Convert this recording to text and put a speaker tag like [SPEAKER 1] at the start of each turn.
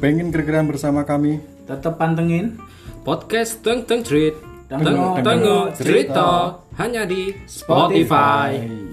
[SPEAKER 1] Pengen gregeran bersama kami?
[SPEAKER 2] Tetap pantengin
[SPEAKER 3] Podcast Teng Teng Treat
[SPEAKER 2] Tengok
[SPEAKER 3] Tengok Cerita Hanya di Spotify